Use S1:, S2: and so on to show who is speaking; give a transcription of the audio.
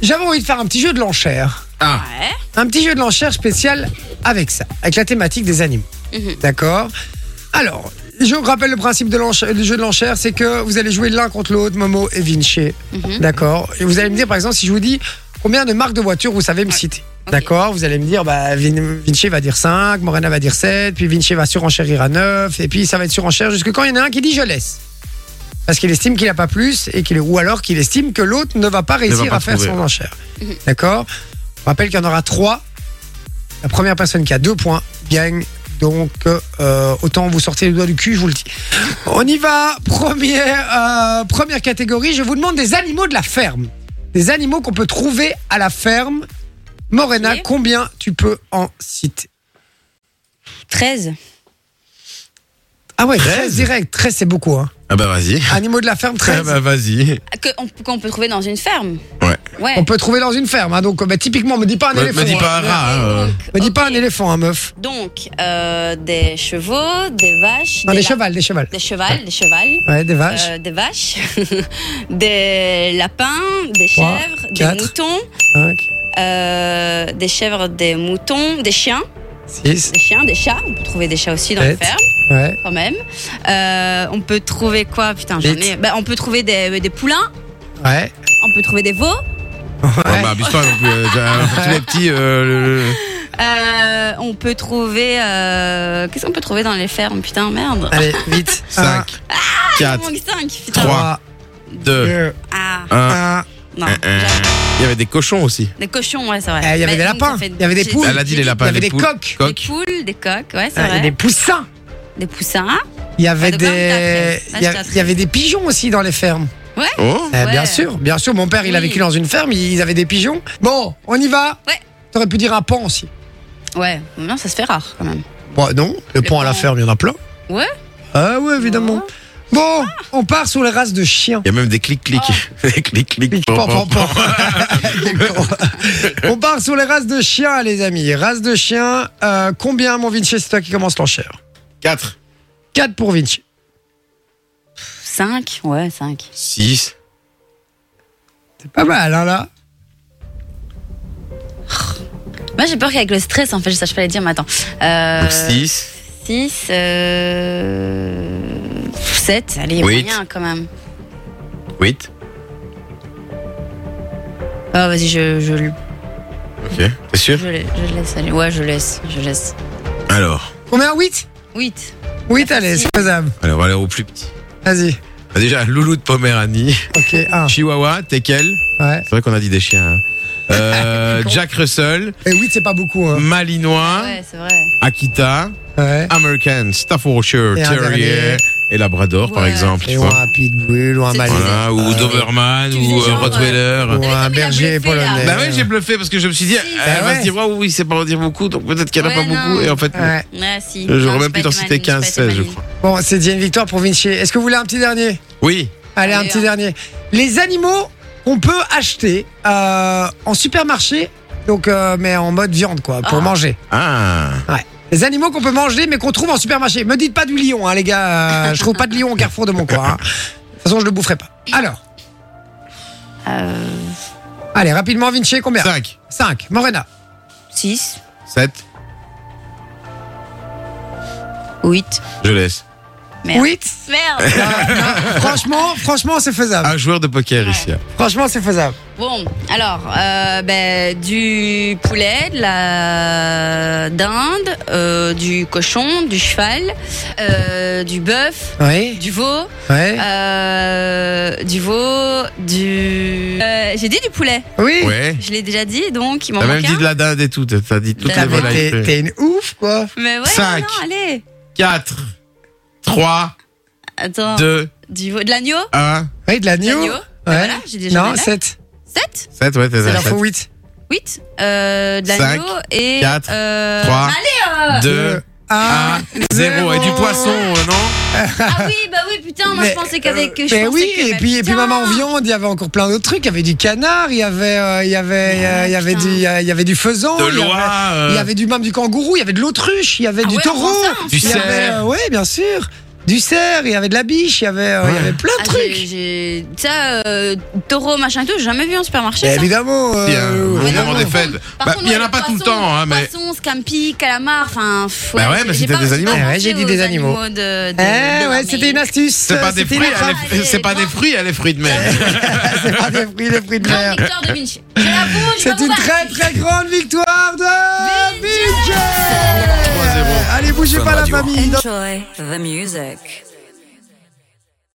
S1: J'avais envie de faire un petit jeu de l'enchère.
S2: Ah,
S3: Ouais.
S1: Un petit jeu de l'enchère spécial avec ça, avec la thématique des animaux.
S3: Mhm.
S1: D'accord Alors, je vous rappelle le principe de l'enchère- du jeu de l'enchère, c'est que vous allez jouer l'un contre l'autre, Momo et Vinci.
S3: Mhm.
S1: D'accord Et vous allez me dire, par exemple, si je vous dis combien de marques de voitures vous savez me citer.
S3: Ok.
S1: D'accord Vous allez me dire, bah, Vin- Vinci va dire 5, Morena va dire 7, puis Vinci va surenchérir à 9, et puis ça va être surenchère jusque quand il y en a un qui dit je laisse. Parce qu'il estime qu'il n'a pas plus, et qu'il, ou alors qu'il estime que l'autre ne va pas réussir
S2: pas
S1: à faire
S2: trouver.
S1: son enchère.
S3: Mhm.
S1: D'accord On rappelle qu'il y en aura 3. La première personne qui a 2 points gagne. Donc, euh, autant vous sortez le doigt du cul, je vous le dis. On y va. Première, euh, première catégorie. Je vous demande des animaux de la ferme. Des animaux qu'on peut trouver à la ferme. Morena,
S3: Ok.
S1: combien tu peux en citer
S3: 13.
S1: Ah ouais, 13,
S2: 13.
S1: direct. 13, c'est beaucoup. Hein.
S2: ah bah vas-y.
S1: Animaux de la ferme, 13.
S2: Ah bah vas-y.
S3: Que- on- Qu'on peut trouver dans une ferme.
S2: Ouais.
S3: Ouais.
S1: On peut trouver dans une ferme. hein. donc, bah, typiquement, me dis pas un
S2: Me,
S1: éléphant.
S2: me dis pas un
S1: hein.
S2: rat. hein, euh.
S1: Me dis
S3: Ok.
S1: pas un éléphant, hein, meuf.
S3: Donc, euh, des chevaux, des vaches.
S1: Non, des,
S3: la-
S1: chevals, des chevals.
S3: Des chevals, des chevals.
S1: Ouais, des vaches.
S3: euh, des vaches, des lapins, des
S1: Trois,
S3: chèvres,
S1: quatre.
S3: des moutons,
S1: Cinq,
S3: euh, des chèvres, des moutons, des chiens,
S1: six,
S3: des chiens, des chats. On peut trouver des chats aussi dans les
S1: Sept.
S3: fermes.
S1: ouais.
S3: quand même. Euh, on peut trouver quoi Putain, j'en
S1: Vite.
S3: ai. Bah, on peut trouver des, des poulains,
S1: Ouais.
S3: on peut trouver des veaux,
S2: Ouais, bah abuse pas non plus. euh, t'as- Tous les petits. euh, le- le-
S3: euh, on peut trouver. euh, Qu'est-ce qu'on peut trouver dans les fermes Putain,
S2: Ah,
S3: merde.
S1: Allez, vite.
S2: 5,
S3: Il
S2: 4,
S3: manque 5, putain.
S2: 3, 2,
S3: Ah,
S2: 1.
S1: un.
S3: non.
S2: Ah, Il y avait des cochons aussi.
S3: Des cochons, ouais, c'est vrai.
S1: Eh, il y avait
S3: Mais
S1: des
S3: donc,
S1: lapins,
S3: Bah, ça fait-
S1: il y avait des
S3: j'ai-
S1: poules.
S3: j'ai
S2: Elle a dit les
S3: dit
S1: Il y
S2: lapins,
S1: avait des
S2: des poules,
S1: coqs.
S3: Des
S2: coqs.
S3: poules, des coques, ouais, c'est
S1: Il y
S3: vrai.
S1: avait des poussins.
S3: Des poussins.
S1: Il y avait
S3: de quoi,
S1: des,
S3: on t'a appris. Là,
S1: il y a-
S3: je t'ai appris.
S1: il y avait des pigeons aussi dans les fermes.
S2: Oh.
S1: Eh,
S3: Ouais.
S1: Bien sûr, bien sûr. Mon père, il a
S3: Oui.
S1: vécu dans une ferme, ils avaient des pigeons. Bon, on y va.
S3: Ouais.
S1: T'aurais pu dire un pan aussi.
S3: Ouais, non, ça se fait rare quand même.
S1: Bon, non, le pan à la
S3: pan.
S1: ferme, il y en a plein.
S3: Ouais. Oh.
S1: Ah ouais, évidemment. Bon, on part sur les races de chiens.
S2: Il y a même des clics-clics. Des clics-clics.
S1: Pan, pan, pan. D'accord. on part sur les races de chiens, les amis. Races de chiens, euh, combien, mon Vinci, c'est toi qui commence l'enchère
S2: 4,
S1: 4 pour Vinci.
S3: 5, ouais, 5.
S2: 6,
S1: C'est pas mal, hein, là.
S3: Moi, j'ai peur qu'avec le stress, en fait, je sache pas les dire, mais attends. Euh,
S2: donc 6,
S3: 6, euh... 7, allez,
S2: Huit.
S3: moyen quand même.
S2: 8.
S3: Ah vas-y, je, je, le-
S2: Ok. T'es sûr
S3: je, le- je le laisse aller. Ouais, je laisse, je laisse.
S2: Alors,
S1: Combien 8
S3: 8.
S1: 8, allez, c'est faisable.
S2: allez, on va aller au plus petit.
S1: Vas-y.
S2: Bah, déjà, Loulou de Poméranie.
S1: Ok, 1.
S2: Chihuahua, Tekel.
S1: Ouais.
S2: C'est vrai qu'on a dit des chiens. hein. Euh, Jack Russell,
S1: Et 8, c'est pas beaucoup, hein.
S2: Malinois,
S3: Ouais, c'est vrai.
S2: Akita,
S1: Ouais.
S2: American, Staffordshire,
S1: Et un
S2: Terrier
S1: dernier.
S2: et Labrador, par
S3: Ouais.
S2: exemple. tu
S1: Et ou
S2: vois.
S1: un pitbull, ou un
S3: C'est-
S1: malinois.
S2: Voilà, ou Doberman,
S3: tu
S2: ou
S3: faisais
S2: euh,
S3: genre,
S2: Rottweiler.
S1: Ou un
S3: T'avais comme il
S1: berger
S3: a bluffé, là.
S1: polonais.
S2: Bah ouais, j'ai bluffé parce que je me suis dit, eh, elle va
S1: ouais.
S2: se dire, waouh, oui, c'est pas en dire beaucoup, donc peut-être qu'elle en a
S3: bah Ouais,
S2: pas
S3: non.
S2: beaucoup. Et en fait, non.
S1: Ouais.
S3: Ouais, Ah, si. Non,
S2: Euh, j'aurais
S3: j'ai
S2: même pu
S3: pas
S2: t'en
S3: été
S2: citer
S3: maligne,
S2: 15,
S3: j'ai pas été
S2: 16, je
S3: maligne.
S2: crois.
S1: Bon, c'est déjà une victoire pour Vinci. Est-ce que vous voulez un petit dernier
S2: Oui,
S1: Allez, un
S3: Allez, hein.
S1: petit
S3: un.
S1: dernier. Les animaux qu'on peut acheter euh, en supermarché, donc euh, mais en mode viande, quoi, pour
S3: Ah.
S1: manger.
S2: ah,
S1: Les animaux qu'on peut manger, mais qu'on trouve en supermarché. Me dites pas du lion, hein, les gars. Euh, je trouve pas de lion au carrefour de mon coin. hein. De toute façon, je le boufferai pas. Alors,
S3: Euh,
S1: allez, rapidement, Vinci, combien
S2: 5,
S1: 5. Morena.
S3: 6,
S2: 7,
S3: 8.
S2: je laisse.
S3: Merde.
S1: 8.
S3: Merde.
S2: Ah,
S1: Ah, franchement, franchement, c'est faisable.
S2: Un joueur de poker
S3: Ouais.
S2: ici. hein.
S1: Franchement, c'est faisable.
S3: Bon, alors, euh, ben, du poulet, de la dinde, euh, du cochon, du cheval, euh, du bœuf,
S1: Oui.
S3: du veau,
S1: Ouais.
S3: Ah. Euh, du veau, du. Euh, j'ai dit du poulet.
S1: Oui.
S2: Ouais.
S3: Je l'ai déjà dit, donc il m'en
S2: T'as même
S3: manque
S2: dit de
S3: un.
S2: la dinde et tout, t'as- t'as dit toutes
S3: T'as
S2: les
S1: Ah, mais
S2: volailles.
S1: T'es t'es une ouf, quoi.
S3: Mais ouais,
S2: Cinq.
S3: non, allez.
S2: 4, 3,
S3: Attends.
S2: 2,
S3: Du veau, de l'agneau.
S2: 1,
S1: Oui, de l'agneau.
S3: L'agneau. Ben voilà, j'ai déjà
S1: non,
S3: les là.
S1: 7.
S3: 7,
S2: 7, ouais, t'es
S1: C'est
S2: à
S1: l'info
S2: 7.
S1: 8.
S3: 8, euh, de
S2: Cinq,
S3: l'agneau et.
S2: quatre,
S3: euh,
S2: trois.
S3: Allez, euh
S2: 2,
S1: Ah.
S2: 1, 0. Ah, Et du poisson, euh, non
S3: Ah oui, bah oui, putain, moi je pensais qu'avec. je
S1: Mais
S3: pensais
S1: oui,
S3: que-
S1: et
S3: mais
S1: puis, et puis
S3: putain.
S1: maman en viande, il y avait encore plein d'autres trucs. Il y avait du canard, il y avait, euh, il y avait, euh, il y avait du, il y a- il y avait du faisan,
S2: De
S1: il y avait-
S2: l'oie,
S1: il y
S2: euh,
S1: avait du même du kangourou, il y avait de l'autruche, il y avait
S3: Ah
S1: du
S3: ouais, on
S1: taureau,
S3: prend ça, hein.
S2: Du
S1: il y avait,
S2: cerf.
S1: euh, ouais, bien sûr, du cerf, il y avait de la biche, il y avait, euh, il y
S2: Ouais.
S1: avait plein de
S3: Ah,
S1: trucs.
S3: j'ai- j'ai- Ça, euh, taureau, machin et tout, j'ai jamais vu en supermarché.
S1: Et
S3: ça. Ah
S1: Évidemment. euh,
S2: Bien, au
S1: évidemment.
S2: moment des fêtes.
S3: Par
S2: Bah,
S3: contre,
S2: il y en
S3: ouais,
S2: a pas tout le
S3: poisson,
S2: temps, hein, mais.
S3: Poisson, scampi, calamar, enfin. pff,
S2: Bah ouais, mais
S3: j'ai
S2: c'était
S3: pas-
S2: des
S3: j'ai
S2: animaux.
S3: pas
S1: Ouais,
S3: pensé
S1: j'ai dit
S3: aux
S1: des animaux.
S3: de- de-
S1: Eh
S3: de-
S1: ouais,
S3: mais-
S1: c'était une astuce.
S2: C'est pas des
S1: c'était
S2: fruits,
S1: une
S2: elle
S1: attrape.
S2: est- c'est pas des fruits, elle est fruits de mer.
S1: C'est pas des fruits, les fruits de
S3: Grande
S1: mer.
S3: victoire de Vinci. Je l'avoue, je
S1: C'est
S3: vais vous
S1: une
S3: battre.
S1: très très grande victoire de
S3: Vinci
S1: Vinci. Allez, bougez pas la famille.
S4: Enjoy the music.